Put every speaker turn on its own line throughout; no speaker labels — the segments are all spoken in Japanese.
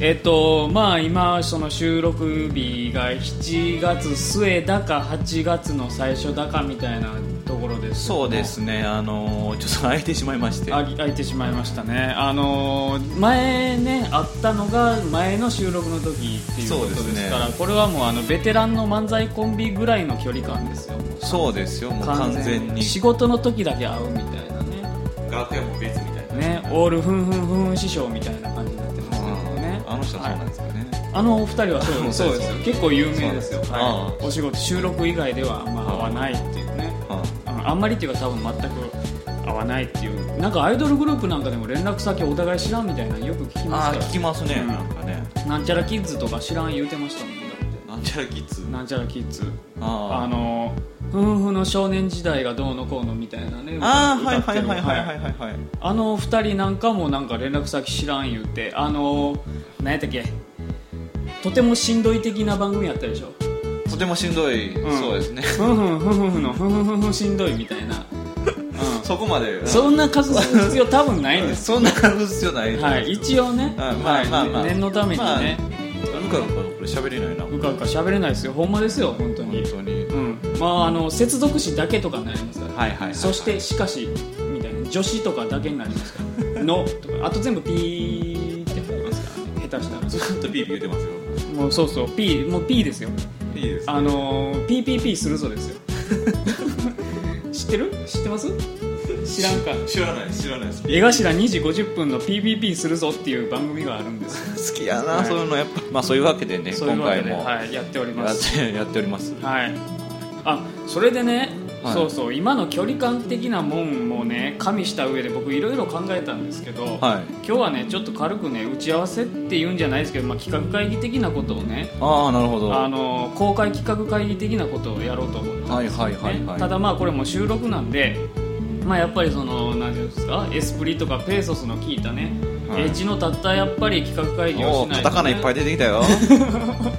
えっとまあ今その収録日が7月末だか8月の最初だかみたいなところですけども
そうですね、あのーちょっと空 いてしまいまして、
あ空いてしまいましたねあのー前ねあったのが前の収録の時っていうこと
そう
で
ですす
から
ね
これはもうあのベテランの漫才コンビぐらいの距離感ですよもう
そうですよ、もう完全に、
仕事の時だけ会うみたいなね
楽屋も別みたいな
ねオールふんふんふん師匠みたいな感じになってますけどね
あの人はそうなん
はい
ですかね、
あのお二人はそうです
そうです
そうです結構有名ですよ
そうです
は
あ
いお仕事収録以外ではまあ会わないっていうね
は
うんあんまりっていうか多分全く合わないっていうなんかアイドルグループなんかでも連絡先お互い知らんみたいなのよく聞き
あ
ま
あー
す
聞
か
きますね、
うん
なんかね、
らなんちゃらキッズとか知らん言うてましたもんだっ
なんちゃらキッズ
て、なんちゃらキッズあ
あー
の夫婦の少年時代がどうのこうのみたいなね
あー、
歌
は
歌
い
っ
は
て
い
る
はいはいはいいはいはい、
あの二人なんかもなんか連絡先知らん言うてあの何やったっけとてもしんどい的な番組やったでしょ
とてもしんどい、
うん
そうですね、
ふんふんふんふんふんのふんふんふんふんしんどいみたいな、う
そこまで、
ん、そんな隠す必要多分ないんです
そんな隠す必要ない
はい、一応ね、
はいまあまあまあ
はい念のためにね、
うかうかこれ喋れないな
うかうか喋れないですよ、ほんまですよ、本当
本
に。
当に
うん、まあ、あの接続詞だけとかになりますから、
はいはいはいはい
そして、しかし、みたいな、助詞とかだけになりますから、のとか、あと全部ピーって入りますから、ね、下手したら、
ずっとビール言ってますよ
もうそうそう、ピー、もうピーですよ、
いいです
あのー、ピーピーピーするぞですよ。知ってる知ってます知らんか。
知らない知らないです
江頭2時50分の PPP するぞっていう番組があるんですよ
好きやな、
はい
そういうのやっぱまあそういうわけでね
そういう
今
わけ
回
で、
も
はい、やっておりま
や
す
って やっております
はいあそれでね、
はい
そうそう今の距離感的なもんもね加味した上で僕いろいろ考えたんですけど、
はい
今日はねちょっと軽くね打ち合わせっていうんじゃないですけど、まあ、企画会議的なことをね
ああなるほど
あの公開企画会議的なことをやろうと思って
はいはいはいはい
ただまあこれも収録なんで、まあ、やっぱりその何ていうんですかエスプリとかペーソスの効いたね、
はい
エッジのたったやっぱり企画会議を
お
し
ー
ないと、ね、
カタカナいっぱい出てき たよ
うん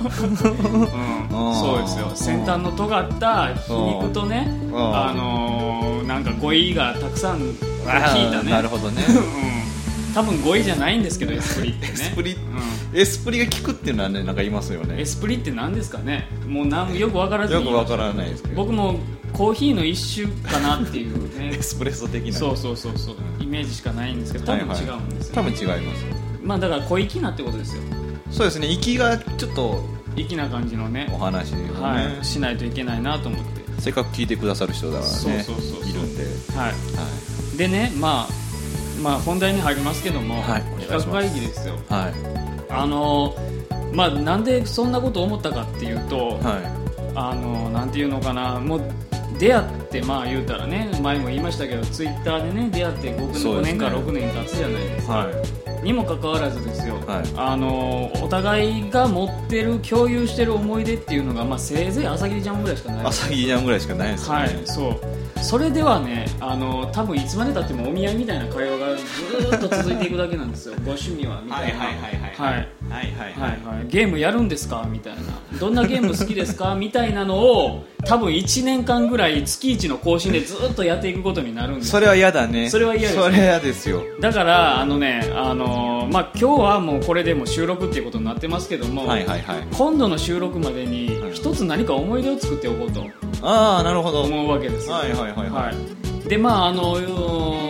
うん
そうですよ先端の尖った皮肉とね
うん
あのーなんか語彙がたくさん聞いた
あー
ね
なるほどね
うん多分語彙じゃないんですけどエスプリってね
エスプリ
う
エスプリが効くっていうのはねなんかいますよ
んエ
ね
スプリって何ですかねもうなんよくわからず
よ
に
くわからないですけど
僕もコーヒーの一種かなっていうね
エスプレッソ的な
そうそうそうそうイメージしかないんですけど多
はい
分
はい
違うんですよ、
多分違います
まあだから小粋なってことですよ
そうですね息がちょっと
粋な感じのね
お話をね、
はい、しないといけないなと思って
せっかく聞いてくださる人だからね
そうそうそうそう
いるんで、
はい
は
でね、まあ、まあ本題に入りますけども、
はい
企画会議ですよ
い、はい
あのまあなんでそんなこと思ったかっていうと、
は
あのなんていうのかなもう出会ってまあ言うたらね前も言いましたけどツイッターでね出会って5
そうです
年か
ね
6年経つじゃないです
い
かにもかかわらずですよ、
はい
あのお互いが持ってる共有してる思い出っていうのが、まあ、せいぜい朝霧ちゃんぐらいしかない
朝霧ジャンぐらいしかないですよね、
はい、そうそれではねあの多分いつまでたってもお見合いみたいな会話がずーっと続いていくだけなん ですよご趣味はみたいな
はいはいはい
は
はいはいはい
はいはいゲームやるんですかみたいなどんなゲーム好きですかみたいなのを多分1年間ぐらい月一の更新でずーっとやっていくことになるんです
それは嫌だね
それは嫌ですね
それは嫌ですよ
だからあのね、あのーまあ、今日はもうこれでもう収録っていうことになってますけども、
はいはいはい
今度の収録までに
はい
一つ何か思い出を作っておこうと
ああなるほど
思うわけですよ
はいはいはいはい
はい、でまああの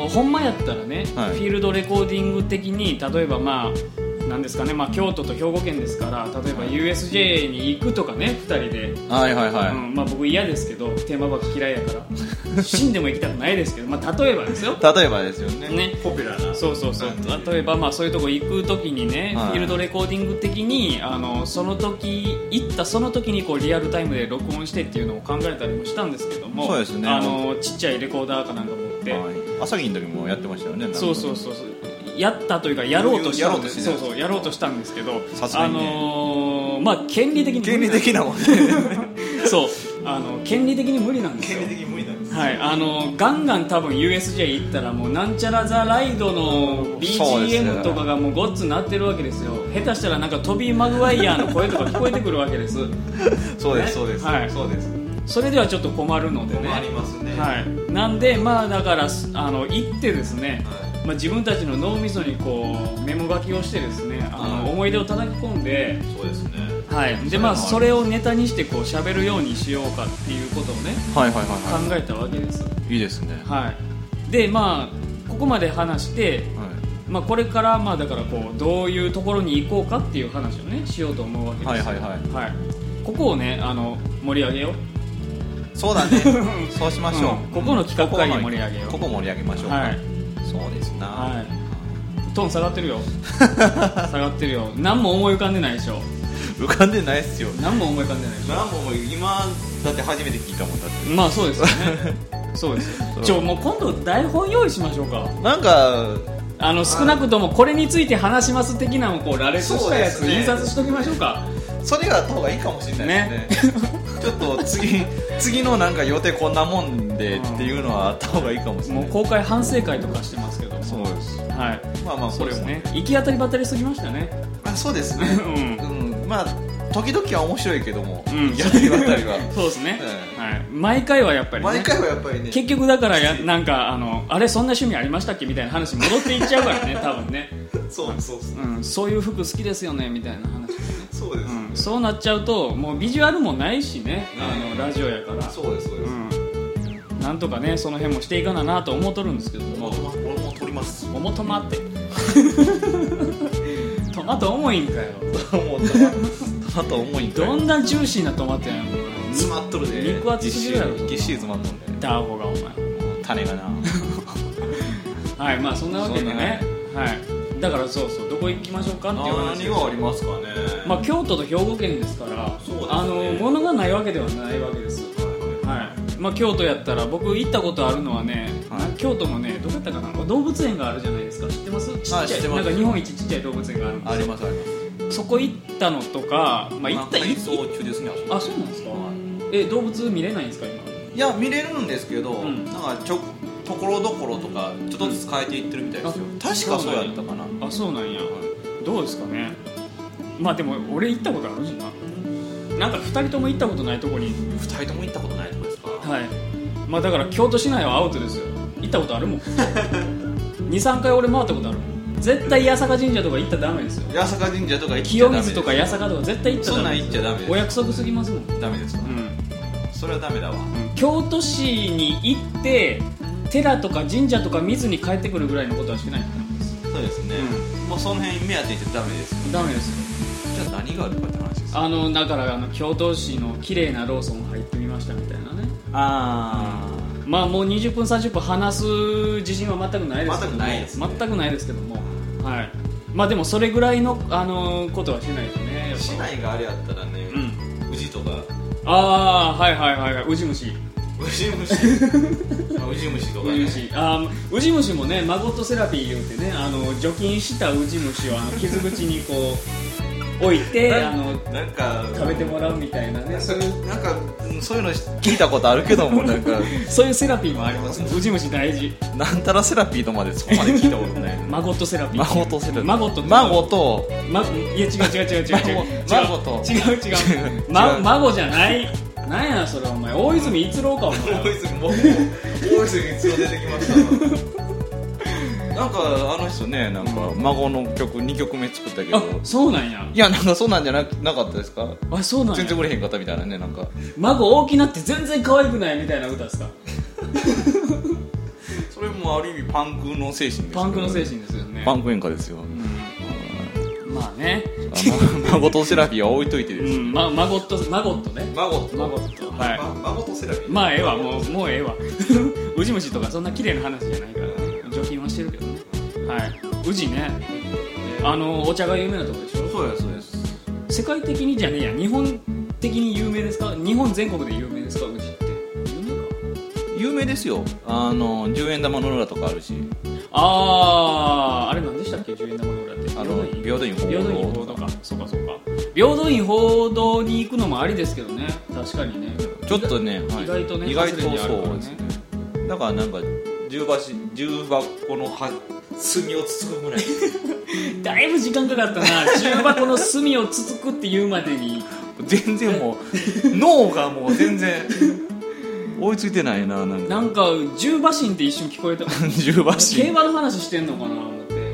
ほんまやったらね、
はい
フィールドレコーディング的に例えばまあなんですかね、まあ、京都と兵庫県ですから例えば USJ に行くとかね2人で、
はいはいはい、
うんまあ、僕嫌ですけどテーマパーク嫌いやから死んでも行きたくないですけど、まあ、例えばですよ
例えばですよね
ね
ポピュラーな
そうそうそう例えばまあそういうとこ行く時にね、
はい
フィールドレコーディング的にあのその時行ったその時にこうリアルタイムで録音してっていうのを考えたりもしたんですけども
そうですね
あのちっちゃいレコーダーかなんか持って、
はい朝霧の時もやってましたよねなんか
そうそうそうそうやったというかやろうとしたんです
や
そ
ろ
う
うとしてた
そうやろうとしたんですけど、
さす
あ
がにね
のーまあ権利的に
権利的なもんね
そうあの権利的に無理なんですよ
権利的に無理なんです
はい、あのガンガン多分 USJ 行ったらもうなんちゃらザライドの
そうですね
BGM とかがもうごっつなってるわけですよ下手したらなんかトビー・マグワイヤーの声とか聞こえてくるわけです
そうで
ね
すそうです、
はい
そうです
それではちょっと困るのでね
困りますね
はい、なんでまあだからあの行ってですね、
は
まあ、自分たちの脳みそにこうメモ書きをしてですねあ
う
の
ん
思い出を叩き込んで、
そうですね
はいでまあ、それをネタにしてこう喋るようにしようかっていうことをね
はいはいはい
考
は
えたわけです、
いいいですねは
はい、でまあここまで話して、まあ、これからまあだからこうどういうところに行こうかっていう話をねしようと思うわけ
い
です
はいはい
い
はい
はい、ここをねあの盛り上げよう
そうだね そうしましょう、
うんここの企画会議盛り上げよう
ここ盛り上げましょうか、
はい
そうですな、
はいトーン下がってる よ下がってるよ何も思い浮かんでないでしょ
浮かんでないっすよ
何も思い浮かんでないでしょ
何本も今だって初めて聞いたもんだって
まあそうですよね そうですよ
そう
ちょもう今度台本用意しましょうか
なんか
あの少なくともこれについて話します的なのをこう羅列したや
そ
つ
うですね
印刷しときましょうか
それがあった方がいいかもしれないですねちょっと 次次のなんか予定こんなもんでっていうのはあった方がいいかもしれな
も
いう
公開反省会とかしてますけども
そうです
はい
まあまあ
そうですね
これも
行き当たりばったりすぎましたね
あそうですね
う
うん、まあ時々は面白いけども、
うん
やってるあ たりは
そうですね、
う
はい、毎回はやっぱり、ね、
毎回はやっぱりね
結局だからやなんかあのあれそんな趣味ありましたっけみたいな話戻っていっちゃうからね 多分ね、
そうそうそう
うん、そういう服好きですよねみたいな話、
そうで
う
す、
ん、そうなっちゃうともうビジュアルもないしねあのラジオやから
そうですそうです、
うん、なんとかねその辺もしていかななと思っとるんですけども
もう俺も撮ります
おもとまって トマト重いんかよ
もう止まった重いんかい
どんなジューシーなトマトやんこれ
詰まっとるで
肉厚すぎるやろ
ぎっしりぎっしり詰まっとるね
ダーホがお前
種がな
はいまあそんなわけで
そんな
ねはいだからそうそうどこ行きましょうかっていう話です
何がありますかね
まあ、京都と兵庫県ですから
そうですね
あの物がないわけではないわけですはいまあ、京都やったら僕行ったことあるのはね、
はい
な京都のねどこやったかな動物園があるじゃないですか知ってますちっちゃ
あ知って
い
ます
なんか日本一ちっちゃい動物園があるんで
ありますあります
すそこ行ったのとか、まあ、行った
まあ改
行っ
装中ですねあそこ
あそうなんですかえ動物見れないんですか今
いや見れるんですけど、
うん
なんかちょところどころとかちょっとずつ変えていってるみたいですよ、
うんあ
確かそうやったか
あ
な
そうなんやどうですかねまあでも俺行ったことあるしななんか2人とも行ったことないとこに
二人とも行ったことないとこですか
はいまあだから京都市内はアウトですよ行ったことある もん23回俺回ったことあるもん絶対八坂神社とか行ったらダメですよ
八坂神社とか行っちゃ
清
ダメです
水とか八坂とか絶対行ったら
そん
ダ
なん
メ
行っちゃダメです
お約束すぎますもん、うん
ダメですか、それはダメだわ
京都市に行って寺とか神社とか見ずに帰ってくるぐらいのことはしてない
そうですね、もうその辺目当て行ってダメです
ダメですよ
じゃあ何があるかって話です
あのだからあの京都市の綺麗なローソン入ってみましたみたいなね
あ
まあもう20分30分話す自信は全くないですけども
全くないですね
全くないですけどもはいまあでもそれぐらいの、あのーことはしないとねやっぱ
市内があれやったらね、
うん
宇治とか
ああはいはいはいはいウジ虫
宇治虫 まあ宇治虫とか
ウ
ね
ジ虫あーウジ虫もねマゴットセラピー言うてねあの除菌したウジ虫をあの傷口にこう置いて
な
あの
なんか
食べてもらうみたいなね
それなんかうんそういうの聞いたことあるけどもなんか
そういうセラピーもありますウジ虫大事
なんたらセラピーとまでそこまで聞いたことない
マゴットセラピー
孫とセラピー
孫と
孫と
ま、いや違う違う違う違う違う
孫と
違う違う違う
違う
ま、孫じゃないなんやそれお前大泉逸郎かお前
大泉もう大泉一応出てきましたなんかあの人ねなんか孫の曲2曲目作ったけ
あ
ど
そうなんや
いやなんかそんなんじゃななかったですか
あそうなんや
全然売れへんかったみたいなねなんか
孫大きなって全然可愛くないみたいな歌ですか
それもある意味パンクの精神です
パンクの精神ですよね
パンク演歌ですよ
うんまあね
孫とセラピーは置いといて
う
です
んま孫と孫とね
孫と
孫とはい
孫とセラピー
まあええわもうもうええわ ウジ虫とかそんな綺麗な話じゃないから除菌はしてるけどねはいウジねあのお茶が有名なとこでしょ
そうですそうです
世界的にじゃねえや日本的に有名ですか日本全国で有名ですか宇治って有名か
有名ですよあの10円玉の裏とかあるし
あああれ何でしたっけ10円玉の裏って
あの
平
平
等
等
院
院
平等
報道
院報道かそうかそうか平等院報道に行くのもありですけどね確かにね
ちょっとね、
意外とね
意外と
外れにあるからね
そうですね。だからなんか重箱重箱のは隅をつつくぐ らい。
だいぶ時間かかったな重箱の隅をつつくって言うまでに
全然もう脳がもう全然追いついてないななんか
なんか重馬身って一瞬聞こえた
重馬
競
身
馬の話してんのかな思って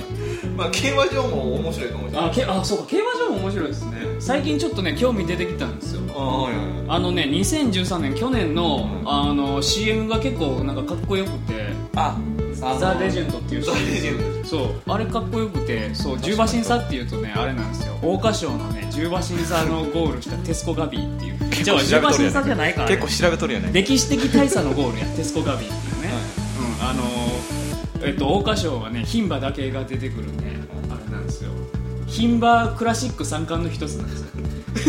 まあ競馬場も面白いかもしれない
あけあそうか競馬場も面白いですね最近ちょっとね興味出てきたんですよ
ああはいはいはい
あのね2013年去年のあの CM が結構なんかかっこよくて
あ
「ザ・レジ
ェン
ェンド」っていう
ザ・レジェン
そうあれかっこよくてそう十馬審査っていうとねあれなんですよ桜花賞のね十馬審査のゴールしたテスコガビーっていうじゃあ十馬審査じゃないから、
結構調べとるやね
歴史的大差のゴールやテスコガビーっていうね、うんあのーえっと桜花賞はね牝馬だけが出てくるねあれなんですよ牝馬クラシック三冠の一つなんで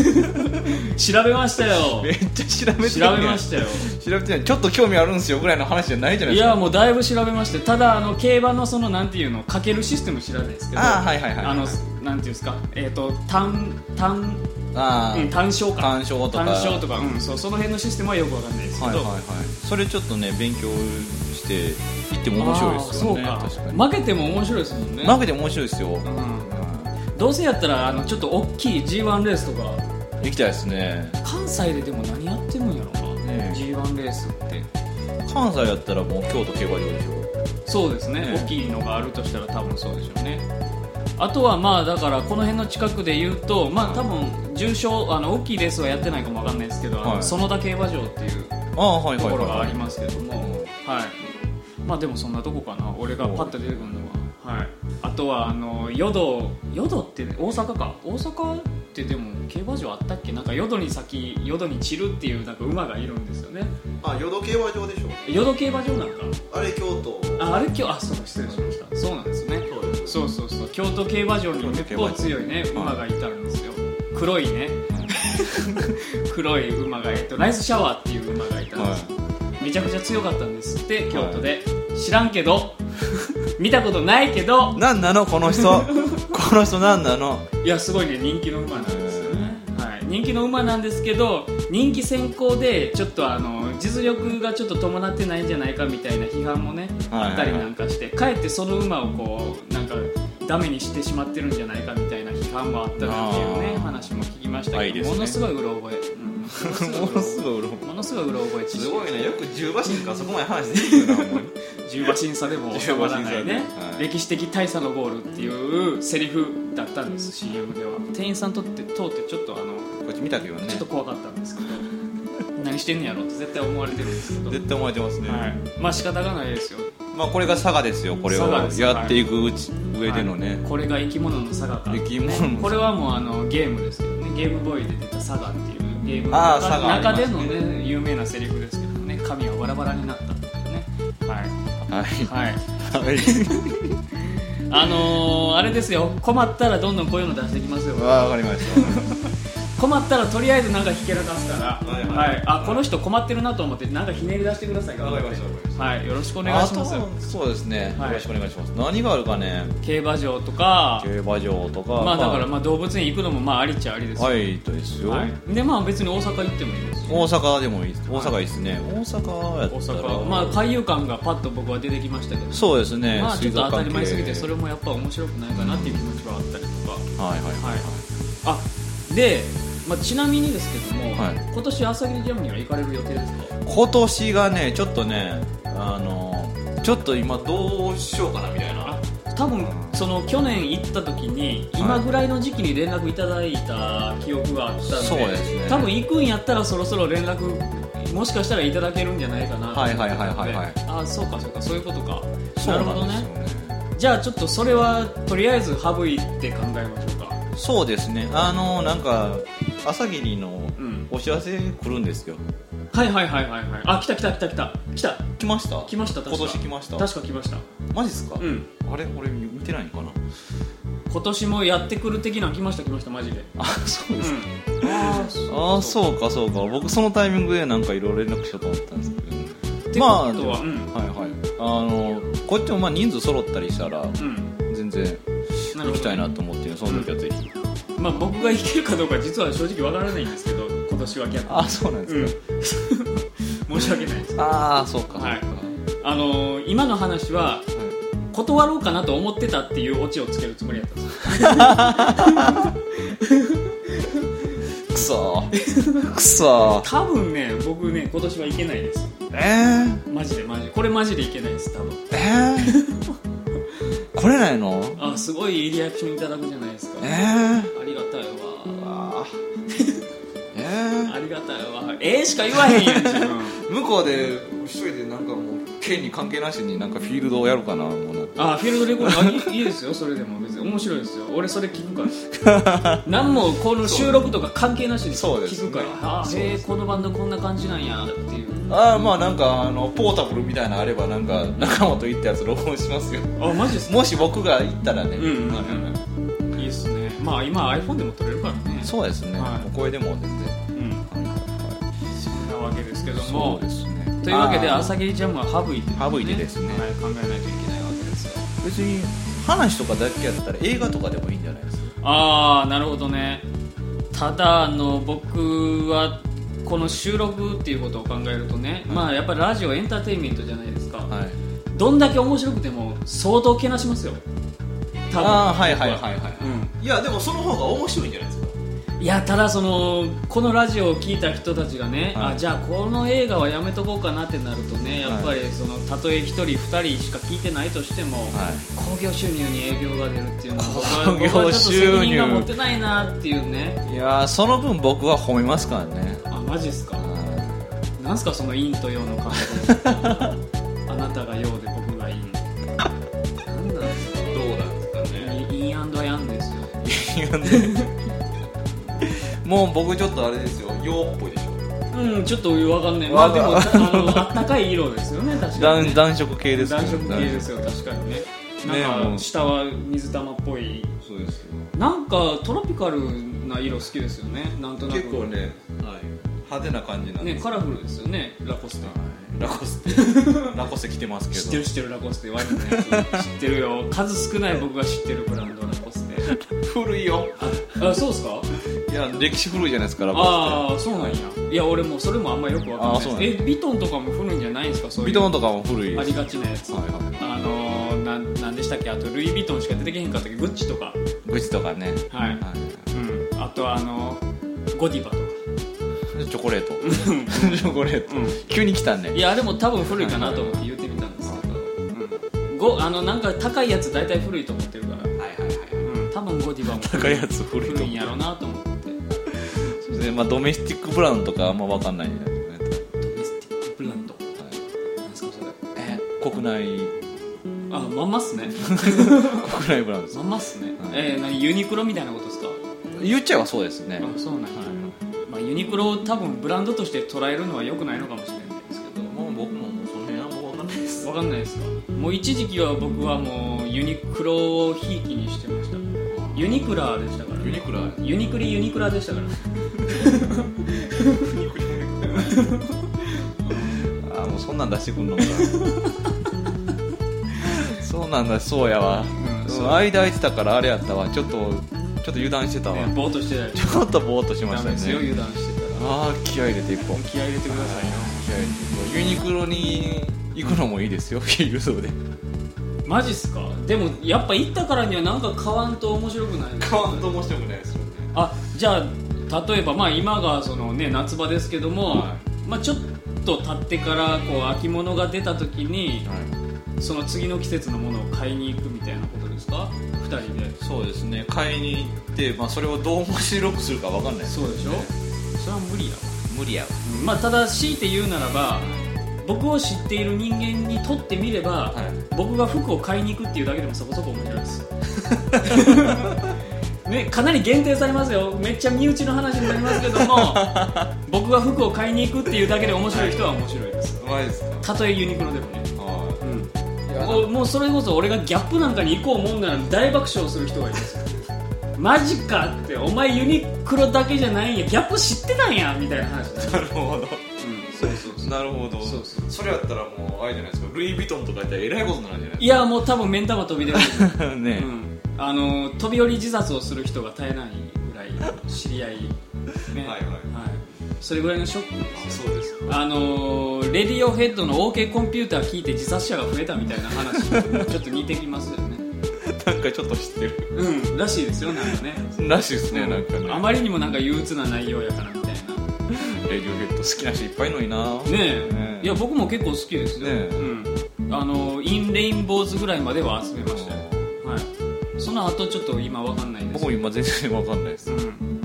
すよ 調べましたよ
めっちゃ調べてるやん
調べましたよ
調べてないちょっと興味あるんですよぐらいの話じゃないじゃない
い
ですか
やもうだいぶ調べましてただあの競馬のそのなんていうのかけるシステム知らないですけど
ああはいはいはい
あのなんていうんですかえっ、と単単
あー
うん単勝か
単勝とか
単勝とかうんそうその辺のシステムはよくわかんないですけ
はい
ど、
はいはいそれちょっとね勉強していっても面白いですよね
あー
確
そう
か
か
に
負けても面白いですもんね、
負けても面白いですよ、
うん、どうせやったらあのちょっと大きい G1 レースとか
行きたいですね
関西ででも何やってるんやろな、
ね
G1 レースって
関西やったらもう京都競馬場でしょ
そうですね
ね
大きいのがあるとしたら多分そうでしょうねあとはまあだからこの辺の近くで言うとまあ多分重賞あの大きいレースはやってないかもわかんないですけど、あの
はい
園田競馬場っていう
ああはい
と
はい
ころがあ
はい
りますけども、はいまあでもそんなとこかな俺がパッと出てくるのは、はい、あとはあの淀淀ってね大阪か大阪ってでも競馬場あったっけなんか淀に先淀に散るっていうなんか馬がいるんですよね
あ淀競馬場でしょ
淀競馬場なんか
あれ京都
ああれ今日あそうだ失礼しましたそうなんですね
そうです
そうそうそう京都競馬場に結構強いね
馬場
馬がいたんですよ黒いね 黒い馬がえっとライスシャワーっていう馬がいたんです、めちゃくちゃ強かったんですって京都で、知らんけど 見たことないけど
なんなのこの人この人なんなの
いやすごいね人気の馬なんですよね、はい、人気の馬なんですけど人気先行でちょっとあの実力がちょっと伴ってないんじゃないかみたいな批判もね、
はいはいはい
あったりなんかしてかえってその馬をこうなんかダメにしてしまってるんじゃないかみたいな批判もあったなっていうね
あー
話も聞きましたけど
はいですね
ものすごいうろ覚え、うんものすごいう
も
ろ
の
覚
すごい俺も
えものすごいうろ覚え知
す
識
ごいねよく十馬 身からそこまで話できるなほんまに
十馬審査でも収まらないね、
重馬審査ではい
歴史的大差のゴールっていうセリフだったんです CM では店員さんとって通ってちょっとあの
こっち見たけどね
ちょっと怖かったんですけど何してんねやろって絶対思われてるんですけど、
絶対思えてますね、
はい、まあ仕方がないですよ
まあこれが佐賀ですよこれを
佐賀です
やっていくうち、上でのね、
はいこれが生き物の差がか
生き物の
これはもうあのゲームですけどねゲームボーイで出たサガっていうゲームの
あー
中
サガありま
中
し
で
た
の
ね
ね有名なセリフですけどね髪はバラバラになったっていうねは
はい
い、はい
はい
あのー、あれですよ困ったらどんどんこういうの出してきますよ
わかりました
困ったらとりあえずなんかひけらかすから、
はいはい
あこの人困ってるなと思ってなんかひねり出してください
わかりましたわかりまし
はいよろしくお願いします
あとそうですね、
はい
よろしくお願いします何があるかね
競馬場とか
競馬場とか
まあだからまあ動物園行くのもまあありっちゃありですよ、
はいとですよ、
はいでまあ別に大阪行ってもいいですよ
大阪でもいいです大阪いいですね、大阪や
大
ったら
阪まあ海遊感がパッと僕は出てきましたけど
そうですね、
まあちょっと当たり前すぎて
水
そ
族
れもやっぱ面白くないかなっていう気持ちはあったりとか、
館系はいは
は
いはいい、
あで、まあ、ちなみにですけども、
はい
今年朝霧ジャムには行かれる予定ですか
今年がねちょっとねあのちょっと今どうしようかなみたいな
あ多分その去年行った時に今ぐらいの時期に連絡いただいた記憶があったので,、
そうですね
多分行くんやったらそろそろ連絡もしかしたらいただけるんじゃないかなと思って
はいはいはいはいはい
あそうかそうかそういうことか
そう
るほど
んです
ね
よね
じゃあちょっとそれはとりあえず省いて考えましょうか
そうですねあのなんか朝霧の
うん
お知らせ来るんですよ
はいはいはいはいはいあ来た来た来た来た来た
来ました
来ました確か
今年来ました
確か来ました
マジっすか、
うん
あれ俺見てないんかな
今年もやってくる的な来ました来ましたマジで
あそう
う
ですか、
んああそう
ああそうかそうか僕そのタイミングでなんかいろいろ連絡しようと思ったんですけど、
ってこと
まあ
は、うん
はいはいあのこっちもまあ人数揃ったりしたら
うん
全然
なる
行
ほ
き
ど
たいなと思ってるその時はぜひ、
まあ僕が行けるかどうか実は正直わからないんですけど今年は逆に
ああそうなんですか、
うん 申し訳ないです
ああそうかそうか、
はいあのー今の話は断ろうかなと思ってたっていうオチをつけるつもりだったんです
くそー くそー
多分ね僕ね今年はいけないです
えー、
マジでマジでこれマジでいけないです多分
え ー、来れないの
あすごいいいリアクションいただくじゃないですか
え
あ
ー、
りがたいわ
あーえ
ありがたいわええしか言わへんやん自分
ー、向こうで一人でなんかもう県に関係なしになんかフィールドをやるかなもうなんか
あフィールドレコードあいいいいですよそれでも別に面白いですよ俺それ聞くから 何もこの収録とか関係なしに
そうです
聞くから、
そう
あ
ですねそう
へ
で
えこのバンドこんな感じなんやっていう
ああまあなんかあのポータブルみたいなのあればなんか仲間と行ったやつ録音しますよ
あマジです
もし僕が行ったらね、
うんうんうん
はいはいはい
いいっすねまあ今 iPhone でも撮れるからね
そうですね、
はい
お声でも全然、
うんそんなわけですけど
そ
も
うですね
というわけで
あー
朝霧ジャムは省いて、
省いてですね
はい、考えないといけないわけですよ
別に話とかだけやったら映画とかでもいいんじゃないですか
ああなるほどねただあの僕はこの収録っていうことを考えるとね、まあやっぱりラジオエンターテインメントじゃないですか、
はい
どんだけ面白くても相当けなしますよ多分
ああはいはいはいはい、
いやでもその方が面白いんじゃないですか
うん、いやただそのこのラジオを聞いた人たちがね、
は
あ
い
じゃあこの映画はやめとこうかなってなるとねやっぱりそのたとえ1人2人しか聞いてないとしても、
はい
興行収入に影響が出るっていうのは
興行
僕は僕はちょっと責任が
収入
持てないなっていうね
い、やーその分僕は褒めますからね
あマジっすか
あ
なんすかその陰と陽の関係 あなたが陽で僕が陰なんなんです
ど
か
うなんですかね
陰ヤンですよ
ーいやねもう僕ちょっとあれですよ洋っぽいでしょ
うんちょっとわかんないまあでも
わ
あ
かん
のあったかい色ですよね確かに、
暖
ね、
暖色系です
暖色系ですよ確かにね
ね
なん
も
か
う
下は水玉っぽい
そうですよ
なんかトロピカルな色好きですよねなんとなく
結構ねはい
派手な感じなんで
ね
す
カラフルですよねラコステ
ラコス テラコステ着てますけど
知ってる知ってるラコステワイルドな やつ知ってるよ数少ない僕が知ってるブランドラコステ
古いよ
あそうっすか
いや歴史古いじゃないですかラコ
ああ
ス
そうなんやいや俺もうそれもあんまよくわかん
あーそう
な
ないん
ですえビトンとかも古いんじゃないんですかそう
テ
いう
ビトンとかも古い
あ
です
りがちなやつ
はいは
あのー、なんなんでしたっけあとルイ・ヴィトンしか出てけへんかったけどグッチとか
いグッチとかね
はい、
は
うん、あとはあのー、ゴディバとか
いチョコレート チョコレート
うん
急に来たね
いやあれも多分古いかなと思って言ってみたんですけど、うん、ごあのなんか高いやつ大体古いと思ってるから、
はいはいはい
うん、多分ゴディバも
高いやつ古いと
古いん
思
やろうなと思って
うでまあドメスティックブランドとかあんま分かんないんだよね
ドメスティックブランド
はい
なんですかそれ
え国内
あまんまっすね
国内ブランドです
まんまっすね、
はい
えー、何ユニクロみたいなことですか
言っちゃえばそうですね
あそうなんや、まあ、ユニクロを多分ブランドとして捉えるのは良くないのかもしれないですけど
もう僕も
その辺はもう分かんないです
わかんないですかもう一時期は僕はもうユニクロをひいきにしてましたユニクラでしたから、
ユニクラ
ユニクリユニクラでしたから
ああもうそんなん出してくんのか そうなんだそうや
う
わ、
ん
うん間空いてたからあれやったわちょっとちょっと油断してたわ、
ねぼーっとしてたり
ちょっとぼーっとしま
ダ
し
メ
た
ですよ
ね
油断してたら
ああ気合い入れて一本
気合い入れてくださいよ
気合い入れてユニクロに行くのもいいですよフ ィールドで
マジっすかでもやっぱ行ったからにはなんか買わんと面白くない
カウント面白くないですよね
あじゃあ例えば、まあ、今がその、ね、夏場ですけども、
は
まあ、ちょっと経ってからこう秋物が出た時にその次の季節のものを買いに行くみたいなことですか2人で
そうですね買いに行って、まあ、それをどう面白くするか分かんないです
そうでしょそれは無理やわ、
無理やわ
うんまあ、ただ強いて言うならば僕を知っている人間にとってみれば、
はい
僕が服を買いに行くっていうだけでもそこそこ面白いです ね、かなり限定されますよめっちゃ身内の話になりますけど も僕が服を買いに行くっていうだけで面白い人は面白いです
マジですか
たとえユニクロでもね、
は
うん
いや
おもうそれこそ俺がギャップなんかに行こうもんなら大爆笑する人がいますよマジかってお前ユニクロだけじゃないんやギャップ知ってたんやみたいな話だ、
なるほど
そうそうそう
なるほど
そうそう
それやったらもうあれじゃないですかルイ・ヴィトンとかやったらえらいことになるんじゃない
い
ですか
やもう多分目ん玉飛び出る、
ね
うん、あの飛び降り自殺をする人が絶えないぐらい知り合い、ね
はいはい
それぐらいのショックですよ
そうです
あのーレディオヘッドの OK コンピューター聞いて自殺者が増えたみたいな話ちょっと似てきますよね
なんかちょっと知ってる
うんらしいですよなんかね
らしいですねなんかね
あまりにもなんか憂鬱な内容やからみたいな
レディオヘッド好きな人いっぱいいるのにな
ねえ
ねえ
いや僕も結構好きですよ、
ねえ
うん、あのインレインボーズぐらいまでは集めましたよ、はい、その後ちょっと今わかんないんです
僕も
け
今全然わかんないです
ど、うん